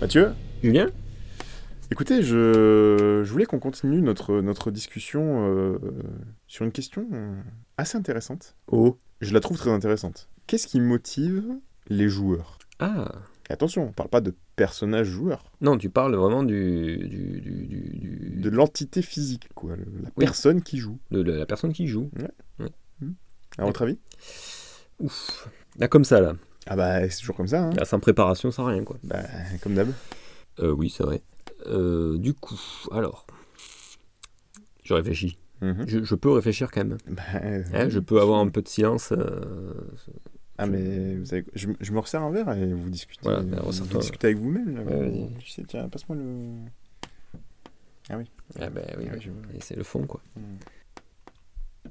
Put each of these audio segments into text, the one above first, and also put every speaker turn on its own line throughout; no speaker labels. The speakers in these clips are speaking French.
Mathieu
Julien
Écoutez, je, je voulais qu'on continue notre, notre discussion euh, sur une question euh, assez intéressante.
Oh.
Je la trouve très intéressante. Qu'est-ce qui motive les joueurs
Ah.
Et Attention, on parle pas de personnage joueur,
Non, tu parles vraiment du, du, du, du- du-
de l'entité physique, quoi, le- la
Oui.
personne qui joue.
de la la personne qui joue.
À votre avis
Ouf. Là, comme ça, là.
Ah bah c'est toujours comme ça, hein.
Là, Ah, sans préparation, sans rien, quoi.
Bah comme d'hab.
Euh, oui, c'est vrai. Euh, du coup, alors. Je réfléchis.
Mhm.
Je, je peux réfléchir quand même.
Bah, euh,
Hein, je peux avoir un peu de silence. euh,
Ah mais vous savez quoi, je, je me resserre un verre et vous discutez,
Voilà, bah,
vous,
resserre-toi.
discutez avec vous-même. là.
Ouais, vas-y.
Je sais, tiens, passe-moi le...
Ah ben oui,
Ah oui,
oui.
je vois.
Et c'est le fond, quoi.
Mm.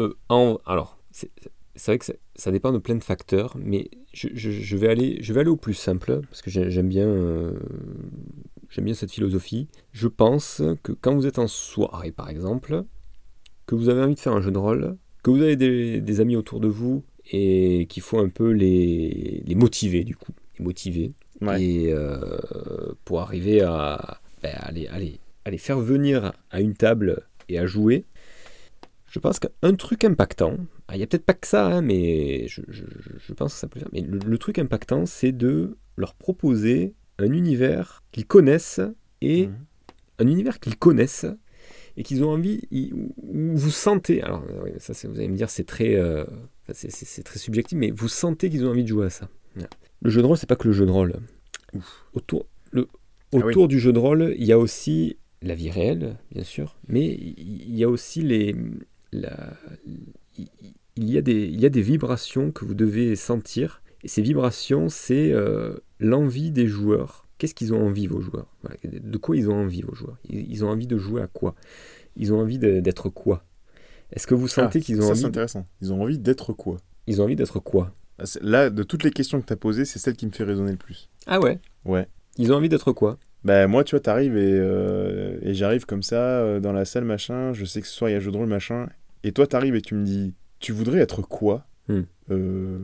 Euh, en- alors, c'est c'est vrai que ça, ça dépend de plein de facteurs, mais je, je- je vais, aller, je vais aller au plus simple, parce que j'ai- j'aime bien, euh, j'aime bien cette philosophie. Je pense que quand vous êtes en soirée, par exemple, que vous avez envie de faire un jeu de rôle, que vous avez des, des amis autour de vous, et qu'il faut un peu les, les motiver, du coup. Les motiver
Ouais.
et euh, pour arriver à, ben, à les, à les- à les faire venir à une table et à jouer, je pense qu'un truc impactant, ah, il n'y a peut-être pas que ça, hein, mais je, je- je pense que ça peut le faire, mais le, le truc impactant, c'est de leur proposer un univers qu'ils connaissent et
Mhm.
un univers qu'ils connaissent et qu'ils ont envie, ils- où où vous sentez, alors euh, oui, ça c'est- vous allez me dire c'est très, euh, c'est- c'est c'est très subjectif, mais vous sentez qu'ils ont envie de jouer à ça. Voilà. Le jeu de rôle, c'est pas que le jeu de rôle. Autour, le-
Ah oui.
autour du jeu de rôle, il y a aussi la vie réelle, bien sûr, mais il y a aussi les, la- il, y a des, il y a des vibrations que vous devez sentir. Et ces vibrations, c'est euh, l'envie des joueurs. Qu'est-ce qu'ils ont envie, vos joueurs Voilà, De quoi ils ont envie, vos joueurs ils, ils ont envie de jouer à quoi Ils ont envie de- d'être quoi Est-ce que vous sentez qu'ils ont,
Ça
envie
c'est intéressant. Ils ont envie d'être quoi
ils ont envie d'être quoi
Ah, c'est- Là, de toutes les questions que t'as posées, c'est celle qui me fait résonner le plus.
Ah ouais
Ouais.
Ils ont envie d'être quoi
Bah moi, tu vois, t'arrives et, euh, et j'arrive comme ça, euh, dans la salle, machin, je sais que ce soir, il y a jeu de rôle, machin, et toi, t'arrives et tu me dis, tu voudrais être quoi
Hmm.
Euh,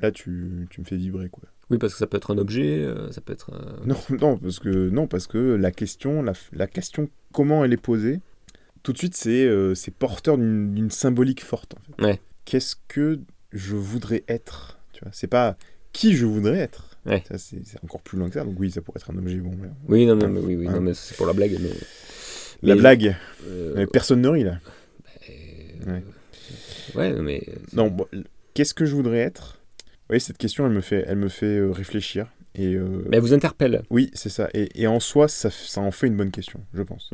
Là, tu, tu me fais vibrer, quoi.
Oui, parce que ça peut être un objet, euh, ça peut être... euh,
Non, non, parce que, non, parce que la question, la, f- la question comment elle est posée, tout de suite, c'est euh, c'est porteur d'une d'une symbolique forte, en fait.
Ouais.
Qu'est-ce que je voudrais être Tu vois, c'est pas qui je voudrais être.
Ouais.
Ça, C'est c'est encore plus loin que ça, donc oui, ça pourrait être un objet, bon, mais-
Oui, non, non, mais, oui, oui,
Hein.
non, mais c'est pour la blague, mais...
La
Mais,
blague
euh,
Mais personne ne rit là.
euh,
Ouais.
ouais, non, mais... euh,
Non, bon, l- qu'est-ce que je voudrais être Vous voyez, cette question, elle me fait, elle me fait euh, réfléchir. Et euh,
Mais elle vous interpelle.
oui, c'est ça. Et, et en soi, ça, f- ça en fait une bonne question, je pense.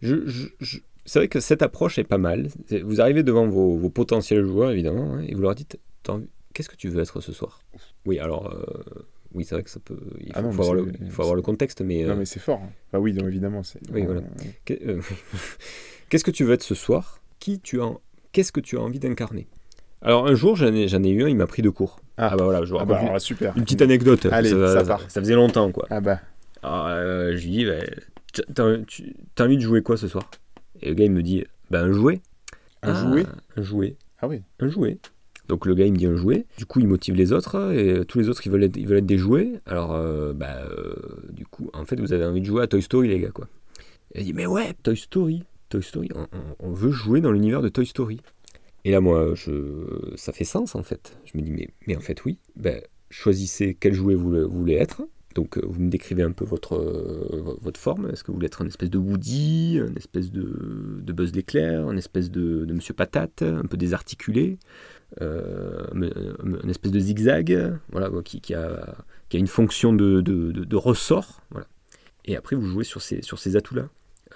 Je- je- je- C'est vrai que cette approche est pas mal. C'est- Vous arrivez devant vos, vos potentiels joueurs, évidemment, hein, et vous leur dites T'as envie- Qu'est-ce que tu veux être ce soir Oui, alors, euh, oui, c'est vrai que ça peut. Il faut,
Ah non,
faut
mais
avoir, le,
c'est-
il faut avoir le contexte, mais. euh,
Non, mais c'est fort. hein. Bah oui, non, évidemment. c'est-
Oui, voilà. qu'est- euh, Qu'est-ce que tu veux être ce soir Qui tu as en- Qu'est-ce que tu as envie d'incarner Alors, un jour, j'en ai, j'en ai eu un, il m'a pris de court.
Ah.
Ah, bah voilà, je vous
Ah bah, alors
raconte une-
là, super.
une petite anecdote.
Allez,
ça,
ça part.
ça faisait longtemps, quoi.
Ah bah,
Alors, euh, je lui dis, bah, t'as- t'as tu- t'as envie de jouer quoi ce soir Et le gars, il me dit, ben un jouet.
un
Ah,
jouet
Un jouet.
Ah oui.
Un jouet. Donc le gars, il me dit un jouet. Du coup, il motive les autres. Et euh, tous les autres, ils veulent être, ils veulent être des jouets. Alors, euh, bah, euh, du coup, en fait, vous avez envie de jouer à Toy Story, les gars, quoi. Et il dit, mais ouais, Toy Story. Toy Story, on, on- on veut jouer dans l'univers de Toy Story. Et là, moi, je, ça fait sens, en fait. Je me dis, mais, mais en fait, oui. Ben, choisissez quel jouet vous, le- vous voulez être. Donc, euh, vous me décrivez un peu votre, euh, vo- votre forme. Est-ce que vous voulez être un espèce de Woody, un espèce de, de Buzz l'éclair, un espèce de, de Monsieur Patate, un peu désarticulé, euh, un un espèce de zigzag, voilà, bon, qui, qui a, qui a une fonction de, de- de- de ressort. Voilà. Et après, vous jouez sur ces, sur ces atouts-là.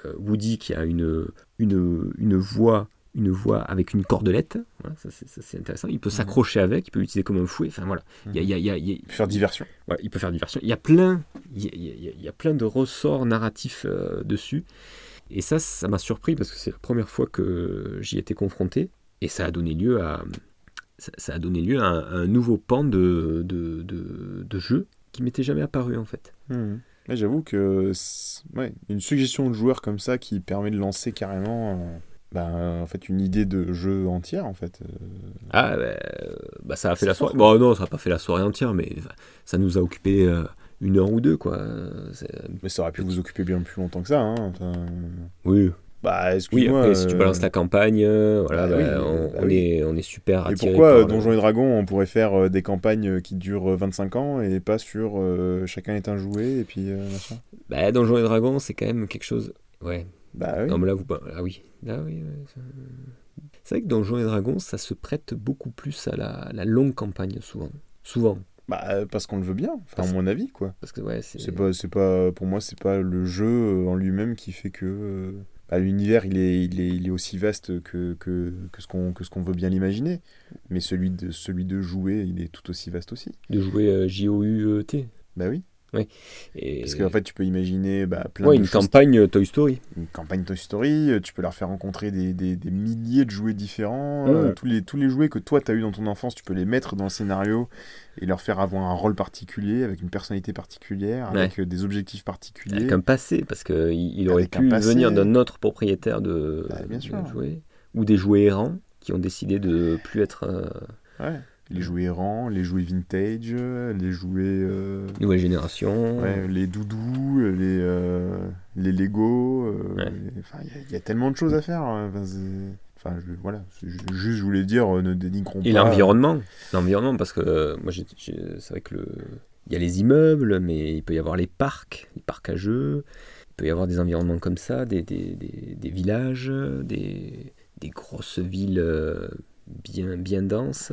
Euh, Woody qui a une, une, une voix une voix avec une cordelette, voilà, ça, c'est- ça, c'est intéressant. Il peut s'accrocher avec, il peut l'utiliser comme un fouet. Enfin voilà, il y a- il y a- il y a- il y a,
Faire diversion.
voilà, il peut faire diversion. Il y a plein, il y a, il y a- il y a plein de ressorts narratifs euh, dessus. Et ça, ça m'a surpris parce que c'est la première fois que j'y étais confronté. Et ça a donné lieu à, ça, ça a donné lieu à un, à un nouveau pan de, de, de- de jeu qui m'était jamais apparu en fait.
Mhm. Ouais, J'avoue que c'est- ouais, une suggestion de joueur comme ça qui permet de lancer carrément euh, bah, en fait, une idée de jeu entière, en fait. Euh,
Ah, bah, euh, bah, ça a fait
C'est
la Bah,
fort,
soirée. Bon, non, ça n'a pas fait la soirée entière, mais enfin, ça nous a occupé euh, une heure ou deux, quoi. Euh, c'est-
Mais ça aurait pu vous occuper bien plus longtemps que ça. Hein. enfin.
Oui,
Bah,
oui
excuse-moi.
après, si tu
euh,
balances la campagne, euh, voilà,
Bah
bah,
oui,
on,
bah
on
oui.
Est, on est super
Et
attiré.
pourquoi
par
euh,
le-
Donjons et Dragons, on pourrait faire euh, des campagnes euh, qui durent euh, 25 ans et pas sur euh, chacun est un jouet et puis euh, machin
Bah, Donjons et Dragons, c'est quand même quelque chose. Ouais.
Bah oui.
Non, mais là, vous. Ah oui. Ah oui. ouais, ça- C'est vrai que Donjons et Dragons, ça se prête beaucoup plus à la, la longue campagne, souvent. Souvent.
Bah, euh, parce qu'on le veut bien, enfin,
Parce-
à mon avis, quoi.
Parce que, ouais, c'est.
C'est pas, c'est pas, pour moi, c'est pas le jeu euh, en lui-même qui fait que euh, bah, l'univers il est, il, est, il est aussi vaste que, que, que ce qu'on que ce qu'on veut bien l'imaginer. Mais celui de celui de jouer, il est tout aussi vaste aussi.
De jouer euh, J-O-U-E-T.
Bah oui,
Et...
parce qu'en fait, tu peux imaginer bah, plein
Ouais,
de
une
choses
campagne euh, Toy Story.
une campagne Toy Story, euh, tu peux leur faire rencontrer des, des- des milliers de jouets différents. euh,
Mm.
tous, les, tous les jouets que toi, tu as eu dans ton enfance, tu peux les mettre dans le scénario et leur faire avoir un rôle particulier, avec une personnalité particulière, avec euh, des objectifs particuliers.
Avec un passé, parce qu'il aurait
Avec un
pu
passé.
venir d'un autre propriétaire de,
Bah, bien
de
sûr.
jouets, ou des jouets errants qui ont décidé de plus être euh,
Ouais. Les jouets errants, les jouets vintage, euh, les jouets... euh,
nouvelle génération.
ouais, les doudous, euh, les, euh, les Lego. euh,
Ouais.
les- enfin, Il y, a- il y a tellement de choses à faire. hein, enfin, c'est- Enfin, je- voilà, c'est ju- juste je voulais dire, euh, ne dénigrons
Et
pas.
l'environnement, l'environnement parce que euh, moi j'ai- j'ai- c'est vrai que le il y a les immeubles, mais il peut y avoir les parcs, les parcs à jeux, il peut y avoir des environnements comme ça, des, des, des- des villages, des, des grosses villes euh, bien, bien denses.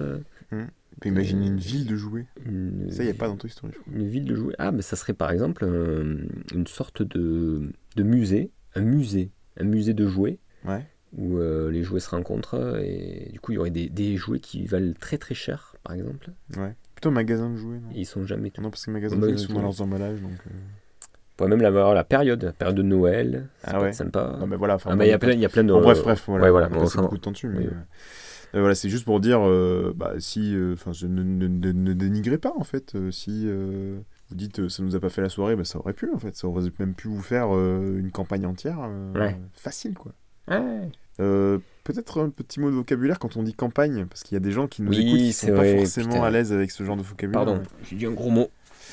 On peut imaginer une ville de jouets.
Une,
Ça, il n'y a pas dans Toy Story.
une ville de jouets. Ah, mais ça serait par exemple un- une sorte de, de musée, un musée, un musée de jouets.
Ouais.
Où euh, les jouets se rencontrent et du coup il y aurait des, des jouets qui valent très très cher par exemple.
Ouais. Plutôt un magasin de jouets, non
Et ils sont jamais
Non, parce que les magasins
Un
de jouets,
magasin de
souvent
jouets.
leurs emballages, donc... euh,
On pourrait même avoir la période, la période de Noël.
Ah
Ça peut
ouais.
être sympa.
Non, mais voilà, enfin...
Ah,
bon,
bah, il y a
on
plein, il y a plein de.
Bon, bref, bref, voilà.
ouais, voilà,
on
bon,
passe
ça-
beaucoup de temps dessus, mais...
oui.
euh, euh, voilà, c'est juste pour dire, euh, bah, si... euh, Enfin, je- ne, ne- ne- ne dénigrez pas, en fait, euh, si... euh, Vous dites, euh, ça nous a pas fait la soirée, bah, ça aurait pu en fait, ça aurait même pu vous faire euh, une campagne entière, euh,
Ouais.
facile quoi.
Ah Ouais.
Euh, Peut-être un petit mot de vocabulaire quand on dit campagne, parce qu'il y a des gens qui nous
Oui,
écoutent qui
c'est
sont pas
vrai,
forcément
putain.
à l'aise avec ce genre de vocabulaire.
Pardon, j'ai dit un gros mot.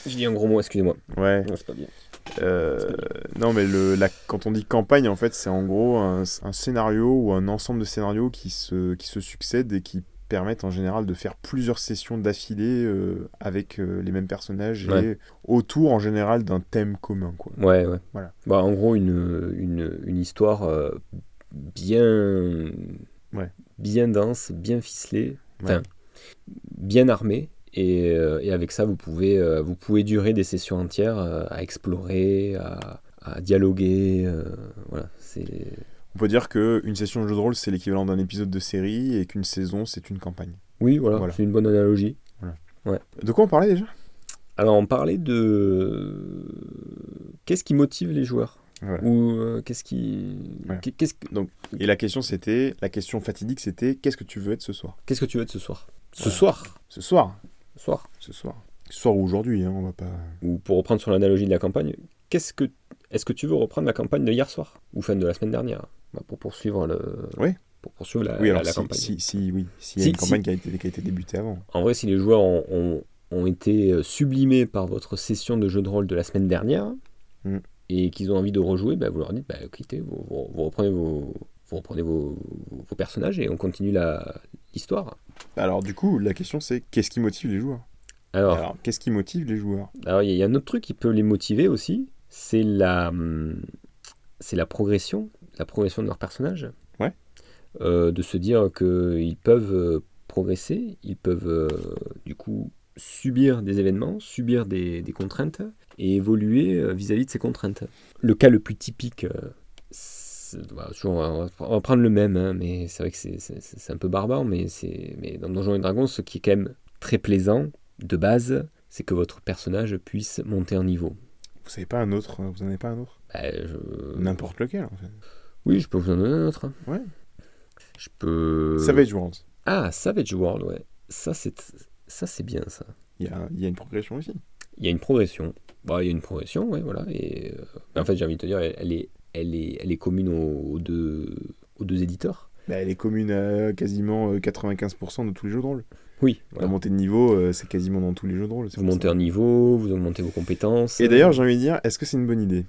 J'ai dit un gros mot, excusez-moi.
Ouais.
Non, c'est pas bien.
Euh,
C'est
non, mais le, la- quand on dit campagne, en fait, c'est en gros un, un scénario ou un ensemble de scénarios qui se, qui se succèdent et qui permettent en général de faire plusieurs sessions d'affilée euh, avec euh, les mêmes personnages et
Ouais.
autour en général d'un thème commun. Quoi.
Ouais, ouais.
Voilà.
Bah, en gros, une, une, une histoire euh, bien.
Ouais.
Bien dense, bien ficelée,
Ouais.
Enfin, bien armée. Et, euh, et avec ça, vous pouvez, euh, vous pouvez durer des sessions entières euh, à explorer, à, à dialoguer. euh, voilà, c'est.
On peut dire qu'une session de jeu de rôle, c'est l'équivalent d'un épisode de série et qu'une saison, c'est une campagne.
Oui, voilà,
Voilà.
c'est une bonne analogie.
De quoi on parlait déjà
Alors, on parlait de. Qu'est-ce qui motive les joueurs
Voilà.
Ou euh, qu'est-ce qui.
Voilà.
qu'est- Qu'est-ce que-
Et la question, c'était la question fatidique, c'était qu'est-ce que tu veux être ce soir
qu'est-ce que tu veux être ce soir Ce
Voilà.
soir
Ce soir,
Ce soir
ce soir, ce soir ou aujourd'hui, hein, on va pas.
Ou pour reprendre sur l'analogie de la campagne, qu'est-ce que. Est-ce que tu veux reprendre la campagne de hier soir Ou fin de la semaine dernière bah, Pour poursuivre le.
Oui.
Pour poursuivre la,
Oui, alors
la
si,
campagne.
si, si, oui, s'il y a
Si,
une
si.
campagne qui, a été, qui a été débutée avant.
En vrai, si les joueurs ont, ont- ont été euh, sublimés par votre session de jeu de rôle de la semaine dernière
Mm.
et qu'ils ont envie de rejouer, bah, vous leur dites bah, quittez, vous, vous- vous reprenez, vos, vous reprenez vos, vos personnages et on continue la- l'histoire.
Alors du coup, la question c'est qu'est-ce qui motive les joueurs
Alors,
Alors qu'est-ce qui motive les joueurs
alors, il y, a- il y a un autre truc qui peut les motiver aussi, c'est la, hum, c'est la progression, la progression de leur personnage.
Ouais.
Euh, de se dire qu'ils peuvent euh, progresser, ils peuvent euh, du coup subir des événements, subir des, des contraintes et évoluer euh, vis-à-vis de ces contraintes. Le cas le plus typique, euh, c'est- bah, toujours, on, va, on va prendre le même, hein, mais c'est vrai que c'est- c'est c'est un peu barbare, mais, c'est- mais dans Donjons et Dragons, ce qui est quand même très plaisant de base, c'est que votre personnage puisse monter en niveau.
Vous savez pas un autre euh, Vous en avez pas un autre
Bah, je-
N'importe lequel en fait.
Oui, je peux vous en donner un autre. hein.
Ouais.
Je peux.
Savage Worlds.
Ah, Savage World, ouais. Ça, c'est ça, c'est bien ça.
Il y a, il y a une progression aussi.
Il y a une progression. Bah, il y a une progression, ouais, voilà. Et euh, en fait, j'ai envie de te dire, elle, elle est, elle est, elle est commune aux, aux deux, aux deux éditeurs.
Bah, elle est commune à quasiment euh, 95% de tous les jeux de rôle.
Oui,
La
voilà.
montée de niveau, euh, c'est quasiment dans tous les jeux de rôle. c'est
vous
pour ça.
montez un niveau, vous augmentez vos compétences.
Et d'ailleurs, j'ai envie de dire, est-ce que c'est une bonne idée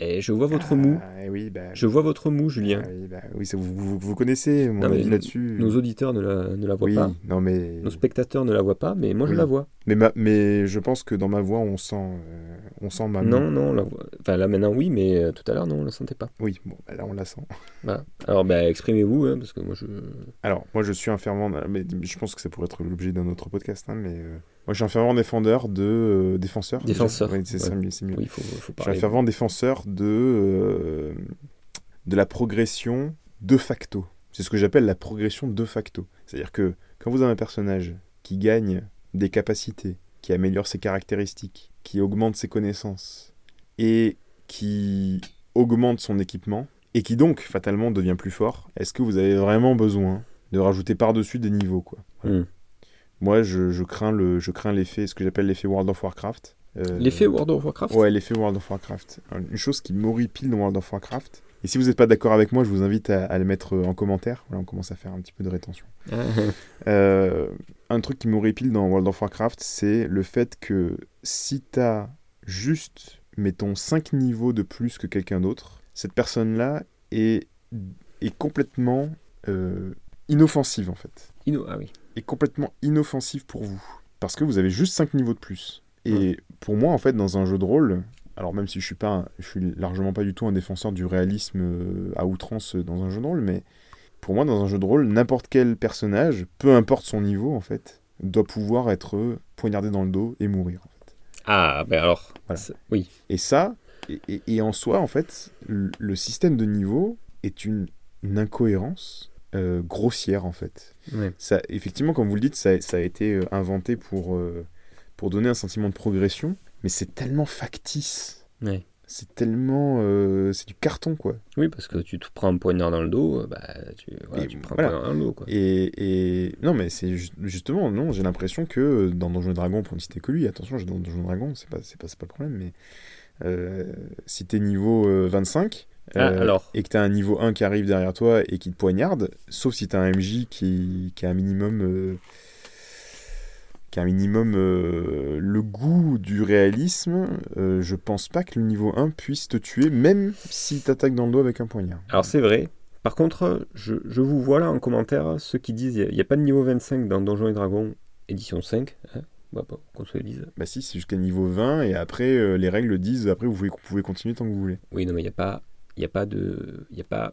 Et je vois votre mou.
Ah, eh oui, bah,
Je vois votre mou, Julien.
ah oui, bah, oui, ça, vous, vous, vous connaissez mon
Non, mais
avis là-dessus.
Nos auditeurs ne la, ne la voient
Oui,
pas.
non mais...
Nos spectateurs ne la voient pas, mais moi je
Oui.
la vois.
Mais, ma- mais je pense que dans ma voix, on sent, euh, on sent ma
Non, non, on la voit. Enfin, là maintenant oui, mais euh, tout à l'heure non, on la sentait pas.
Oui, bon, bah, là, on la sent.
Voilà. Alors, bah, exprimez-vous, hein, parce que moi je.
Alors, moi, je suis un fervent... Mais je pense que ça pourrait être l'objet d'un autre podcast, hein, mais... euh, Moi, je suis un fervent défendeur de... euh, défenseur déjà.
Défenseur,
Ouais, c'est ça,
ouais.
mieux- c'est mieux.
Oui, il faut, faut
Je suis un
parler.
fervent défenseur de, euh, de la progression de facto. C'est ce que j'appelle la progression de facto. C'est-à-dire que quand vous avez un personnage qui gagne des capacités, qui améliore ses caractéristiques, qui augmente ses connaissances, et qui augmente son équipement, et qui donc fatalement devient plus fort, est-ce que vous avez vraiment besoin de rajouter par-dessus des niveaux quoi Voilà.
Hmm.
Moi, je, je crains le, je crains l'effet, ce que j'appelle l'effet World of Warcraft. Euh,
L'effet World of Warcraft
Ouais, l'effet World of Warcraft. Euh, Une chose qui m'horripile dans World of Warcraft. Et si vous n'êtes pas d'accord avec moi, je vous invite à, à le mettre euh, en commentaire. Voilà, on commence à faire un petit peu de rétention.
Ah,
Euh, un truc qui m'horripile dans World of Warcraft, c'est le fait que si t'as juste, mettons, 5 niveaux de plus que quelqu'un d'autre, cette personne-là est, est complètement euh, inoffensive, en fait
Ino- ah oui.
est complètement inoffensive pour vous. Parce que vous avez juste 5 niveaux de plus. Et pour moi, en fait, dans un jeu de rôle, alors même si je suis, pas, un- je suis largement pas du tout un défenseur du réalisme euh, à outrance euh, dans un jeu de rôle, mais pour moi, dans un jeu de rôle, n'importe quel personnage, peu importe son niveau, en fait, doit pouvoir être euh, poignardé dans le dos et mourir. en fait.
Ah, ben alors.
Voilà.
c'est- Oui.
Et ça, et, et- et en soi, en fait, le, le système de niveau est une, une incohérence euh, grossière, en fait.
Ouais.
Ça, effectivement, comme vous le dites, ça, ça a été euh, inventé pour, euh, pour donner un sentiment de progression, mais c'est tellement factice.
Ouais.
C'est tellement. euh, c'est du carton, quoi.
Oui, parce que tu te prends un poignard dans le dos, euh, bah, tu, voilà,
Et
tu prends
voilà.
un poignard dans le dos. Quoi.
Et, et- non, mais c'est ju- justement, non, j'ai l'impression que euh, dans Donjons et Dragons, pour ne citer que lui, attention, j'ai dans Donjons et Dragons, c'est pas, c'est pas, c'est pas le problème, mais euh, si t'es niveau euh, 25.
Ah,
euh,
alors,
et que t'as un niveau 1 qui arrive derrière toi et qui te poignarde, sauf si t'as un MJ qui, qui a un minimum. euh, qui a un minimum euh, le goût du réalisme, euh, je pense pas que le niveau 1 puisse te tuer, même s'il t'attaque dans le dos avec un poignard.
alors c'est vrai. Par contre, je, je vous vois là en commentaire ceux qui disent il n'y a, pas de niveau 25 dans Donjons et Dragons édition 5. Hein bah, pas qu'on se le dise.
Bah si, c'est jusqu'à niveau 20, et après, euh, les règles disent, après, vous pouvez, vous pouvez continuer tant que vous voulez.
Oui, non, mais il n'y a pas, il y a pas de, il y a pas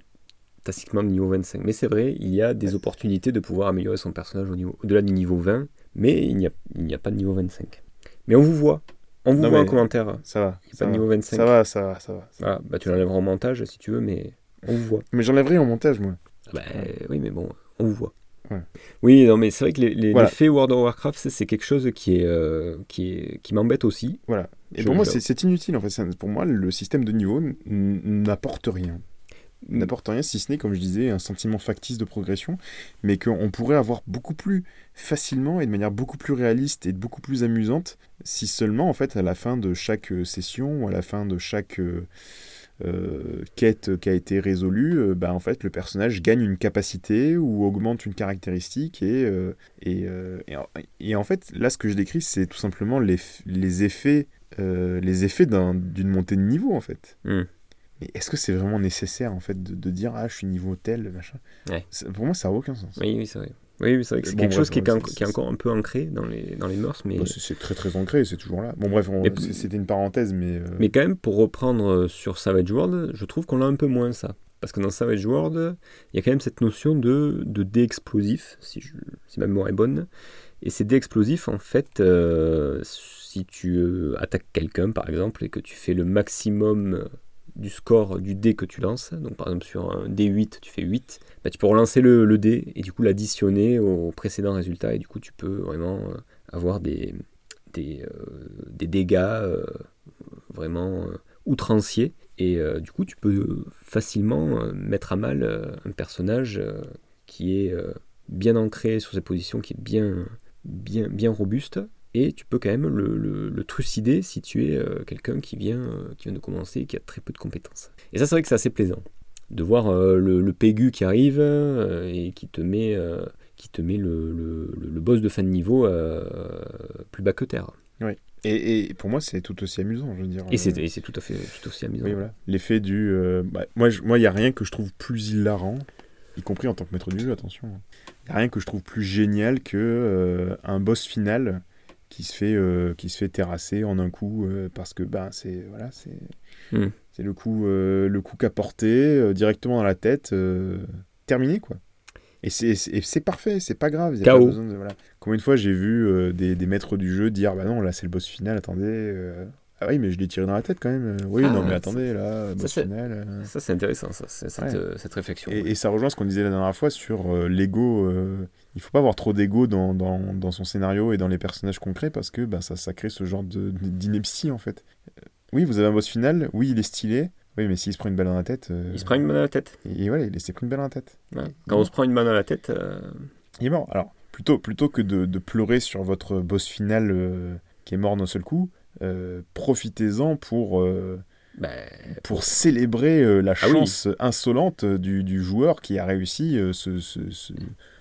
tacitement de niveau 25. Mais c'est vrai, il y a des opportunités de pouvoir améliorer son personnage au niveau, au-delà du niveau 20, mais il n'y a, il n'y a pas de niveau 25. Mais on vous voit, on vous
Non,
voit en
mais-
commentaire.
Ça va.
Il n'y a
Ça
pas de
va.
niveau 25.
ça va, ça va, ça va.
Voilà, bah tu l'enlèveras en montage si tu veux, mais on vous voit.
Mais j'enlèverai en montage, moi.
Bah, oui, mais bon, on vous voit.
Ouais.
Oui, non, mais c'est vrai que les, les,
Voilà.
l'effet World of Warcraft, c'est- c'est quelque chose qui est, euh, qui est qui m'embête aussi.
Et
Je
pour moi,
vais-
c'est- c'est inutile, en fait. Ça- Pour moi, le système de niveau n- n- n'apporte rien.
Mm.
n'apporte rien, si ce n'est, comme je disais, un sentiment factice de progression, mais qu'on pourrait avoir beaucoup plus facilement et de manière beaucoup plus réaliste et beaucoup plus amusante, si seulement, en fait, à la fin de chaque euh, session, ou à la fin de chaque euh, euh, quête qui a été résolue, euh, bah, en fait, le personnage gagne une capacité ou augmente une caractéristique. Et, euh, et, euh, et en- et en fait, là, ce que je décris, c'est tout simplement les, f- les effets, euh, les effets d'un- d'une montée de niveau, en fait.
Hmm.
Mais est-ce que c'est vraiment nécessaire en fait de, de dire ah je suis niveau tel machin
Ouais.
Ça- Pour moi ça n'a aucun sens.
Oui, oui, c'est vrai. Oui, oui, c'est vrai que c'est
Bon,
quelque
bref,
chose qui est,
ouais,
quand-
c'est-
qui est encore un peu ancré dans les, dans les mœurs, mais,
Bah, c'est- c'est très très ancré, c'est toujours là. Bon bref, on-
Mais-
c'est- c'était une parenthèse, mais, euh,
mais quand même, pour reprendre euh, sur Savage World, je trouve qu'on a un peu moins ça. Parce que dans Savage World, il y a quand même cette notion de, de dé explosif, si, je- si ma mémoire est bonne. Et ces dés explosifs, en fait, euh, si tu euh, attaques quelqu'un, par exemple, et que tu fais le maximum du score du dé que tu lances, donc par exemple sur un D8, tu fais 8, bah, tu peux relancer le, le dé et du coup l'additionner au précédent résultat, et du coup tu peux vraiment euh, avoir des, des, euh, des dégâts euh, vraiment euh, outranciers. Et euh, du coup, tu peux facilement euh, mettre à mal euh, un personnage euh, qui est euh, bien ancré sur ses positions, qui est bien, bien, bien robuste. Et tu peux quand même le, le- le trucider si tu es euh, quelqu'un qui vient, euh, qui vient de commencer et qui a très peu de compétences. Et ça, c'est vrai que c'est assez plaisant. de voir euh, le, le Pégu qui arrive euh, et qui te met, euh, qui te met le, le- le- le boss de fin de niveau euh, plus bas que terre.
Et, et pour moi, c'est tout aussi amusant, je veux dire.
Et c'est
Euh,
et c'est tout à fait tout aussi amusant.
Oui, voilà. L'effet du. euh, bah, moi, je- moi, il n'y a rien que je trouve plus hilarant, y compris en tant que maître du jeu, attention. Il n'y a rien que je trouve plus génial que euh, un boss final qui se fait, euh, qui se fait terrasser en un coup, euh, parce que ben c'est. Voilà, c'est.
Hmm.
C'est le coup, euh, le coup qu'a porté euh, directement dans la tête, euh, terminé quoi. Et c'est- et c'est et c'est parfait, c'est pas grave. y a pas
K.O.
besoin de- voilà. Combien de fois j'ai vu euh, des, des maîtres du jeu dire bah non là c'est le boss final, attendez. euh, ah oui mais je l'ai tiré dans la tête quand même. euh, Oui
Ah,
non mais
ça-
attendez là, boss
c'est-
final. euh.
Ça, c'est intéressant, ça, c'est- cette,
Ouais.
euh, cette réflexion.
Et,
ouais.
et ça rejoint ce qu'on disait la dernière fois sur euh, l'ego. euh, il faut pas avoir trop d'ego dans, dans, dans son scénario et dans les personnages concrets parce que bah, ça, ça crée ce genre de- d'ineptie en fait. Euh, Oui vous avez un boss final, oui il est stylé. Oui, mais s'il se prend une balle dans la tête. euh,
Il se prend une balle à la tête.
et voilà, il s'est pris une balle dans la tête.
Ouais. Quand on se prend une balle à la tête, euh,
Il est mort. Alors, plutôt, plutôt que de, de pleurer sur votre boss final euh, qui est mort d'un seul coup, euh, profitez-en pour, euh,
ben,
pour célébrer euh, la
Ah oui.
chance insolente euh, du, du joueur qui a réussi euh, ce, ce- ce-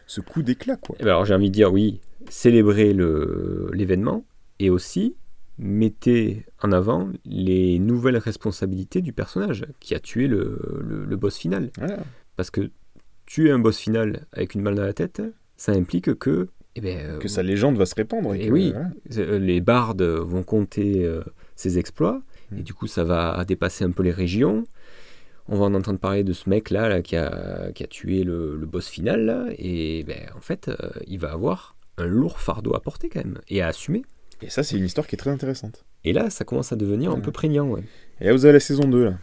ce coup d'éclat. quoi.
Eh ben alors j'ai envie de dire oui, célébrez le- l'événement et aussi mettez en avant les nouvelles responsabilités du personnage qui a tué le, le- le boss final.
Voilà.
Parce que tuer un boss final avec une balle dans la tête, ça implique que, eh ben, euh,
Que sa légende va se répandre. Et,
Eh
que,
oui.
voilà.
euh, les bardes vont compter euh, ses exploits
Mm.
et du coup ça va dépasser un peu les régions. On va en entendre parler de ce mec-là là, qui, a, qui a tué le, le boss final là, et ben, en fait euh, il va avoir un lourd fardeau à porter quand même et à assumer.
Et ça, c'est une histoire qui est très intéressante.
Et là, ça commence à devenir un
Ouais.
peu prégnant. ouais.
Et là, vous avez la saison 2, là.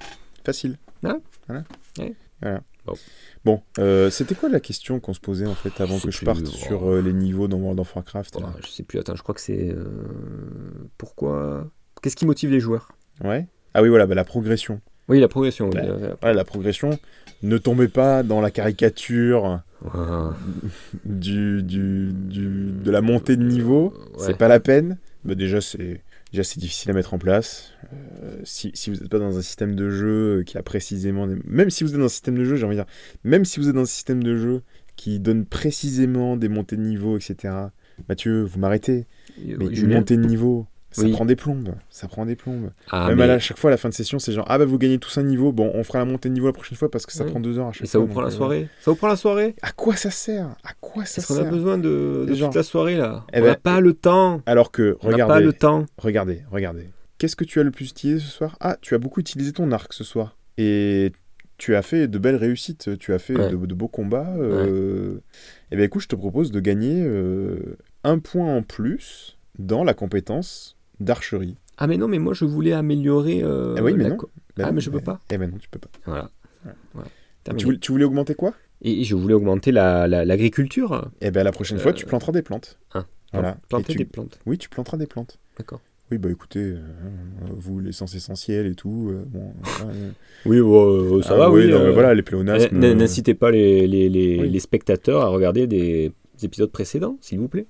Facile.
Ah.
Voilà.
Ouais.
Voilà.
Bon.
Bon, euh, c'était quoi la question qu'on se posait en fait avant
Je sais
que je
plus,
parte
oh.
sur euh, les niveaux dans World of Warcraft là
Voilà, je sais plus, attends, je crois que c'est. euh, pourquoi Qu'est-ce qui motive les joueurs
Ouais. Ah oui, voilà, bah, la progression.
Oui, la progression. oui.
Ouais.
Euh,
Voilà, la progression. Ne tombez pas dans la caricature
euh,
du, du- du- mm, de la montée de niveau.
ouais.
C'est pas la peine. Bah, déjà, c'est déjà c'est difficile à mettre en place. Euh, si, si vous n'êtes pas dans un système de jeu euh, qui a précisément... des- Même si vous êtes dans un système de jeu, j'ai envie de dire... Même si vous êtes dans un système de jeu qui donne précisément des montées de niveau, etc. Mathieu, vous m'arrêtez.
Euh,
Mais une
Julien.
montée de niveau, ça
Oui.
prend des plombes. Ça prend des plombes.
Ah,
Même
mais-
à la- à chaque fois, à la fin de session, c'est genre Ah bah vous gagnez tous un niveau, bon on fera la montée de niveau la prochaine fois parce que ça
Oui.
prend deux heures à chaque
Et ça vous
fois,
prend la
donc, euh,
soirée Ça vous prend la soirée
À quoi ça sert À quoi ça
Est-ce qu'on a
sert
besoin de, de
Genre.
toute la soirée là
Eh
On
ben,
n'a pas le temps
Alors que,
On n'a pas
regardez,
le temps
regardez, regardez. Qu'est-ce que tu as le plus utilisé ce soir Ah, tu as beaucoup utilisé ton arc ce soir. Et tu as fait de belles réussites, tu as fait
Ouais.
de, de beaux combats. Et bien écoute, je te propose de gagner euh, un point en plus dans la compétence d'archerie.
Ah mais non, mais moi je voulais améliorer. euh,
Ah oui, mais
la
non.
co-
Bah
Ah
non,
mais je peux pas.
Eh ben non, tu peux pas.
Voilà.
Voilà.
Voilà.
Tu
Terminé.
voulais, tu voulais augmenter quoi
Et je voulais augmenter la- la- l'agriculture.
Eh bien la prochaine
Euh,
fois, tu planteras des plantes.
hein.
Voilà.
Planter
Et tu-
des plantes.
Oui, tu planteras des plantes.
D'accord.
Oui, bah écoutez, euh, euh, vous, l'essence essentielle et tout. euh, bon, voilà, euh.
Oui, bon, euh, ça
Ah
va,
oui.
oui.
non,
euh,
mais voilà, les
n-
pléonasmes.
n-
euh,
N'incitez pas les, les- les-
Oui.
les spectateurs à regarder des épisodes précédents, s'il vous plaît.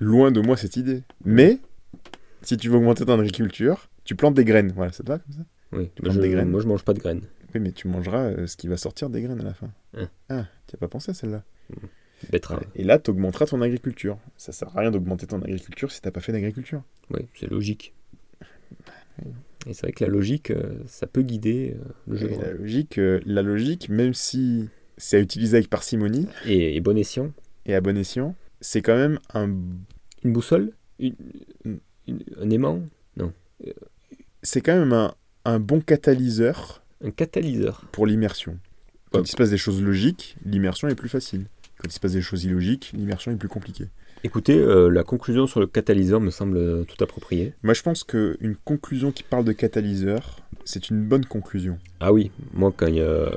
Loin de moi cette idée. Mais, si tu veux augmenter ton agriculture, tu plantes des graines. Voilà, ça te va comme ça
Oui.
plantes
Je-
des graines.
Moi, je mange pas de graines.
Oui, mais tu mangeras euh, ce qui va sortir des graines à la fin.
Hein.
Ah, tu as pas pensé à celle-là.
Betterave.
Et là, tu augmenteras ton agriculture. Ça sert à rien d'augmenter ton agriculture si t'as pas fait d'agriculture.
Oui, c'est logique. Et c'est vrai que la logique, euh, ça peut guider euh, le jeu.
Et
de rôle.
la logique, euh, la logique, même si c'est à utiliser avec parcimonie
Et, et bon escient.
et à bon escient, c'est quand même un
Une boussole Hmm. Une-
Mm.
une- Un aimant
c'est quand même un, un bon catalyseur
Un catalyseur
pour l'immersion. Quand
Hop.
il se passe des choses logiques, l'immersion est plus facile. Quand il se passe des choses illogiques, l'immersion est plus compliquée.
Écoutez, euh, la conclusion sur le catalyseur me semble euh, tout appropriée.
Moi, je pense qu'une conclusion qui parle de catalyseur, c'est une bonne conclusion.
Ah oui, moi quand il y a euh,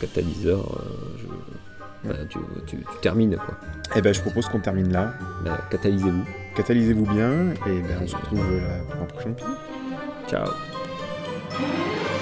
catalyseur, euh, je- bah, tu, tu- tu termines quoi.
Eh ben, je propose qu'on termine là.
Bah, catalysez-vous.
ben, Catalysez-vous bien, et ben, on se retrouve euh, là pour un prochain épisode.
Ciao.
Thank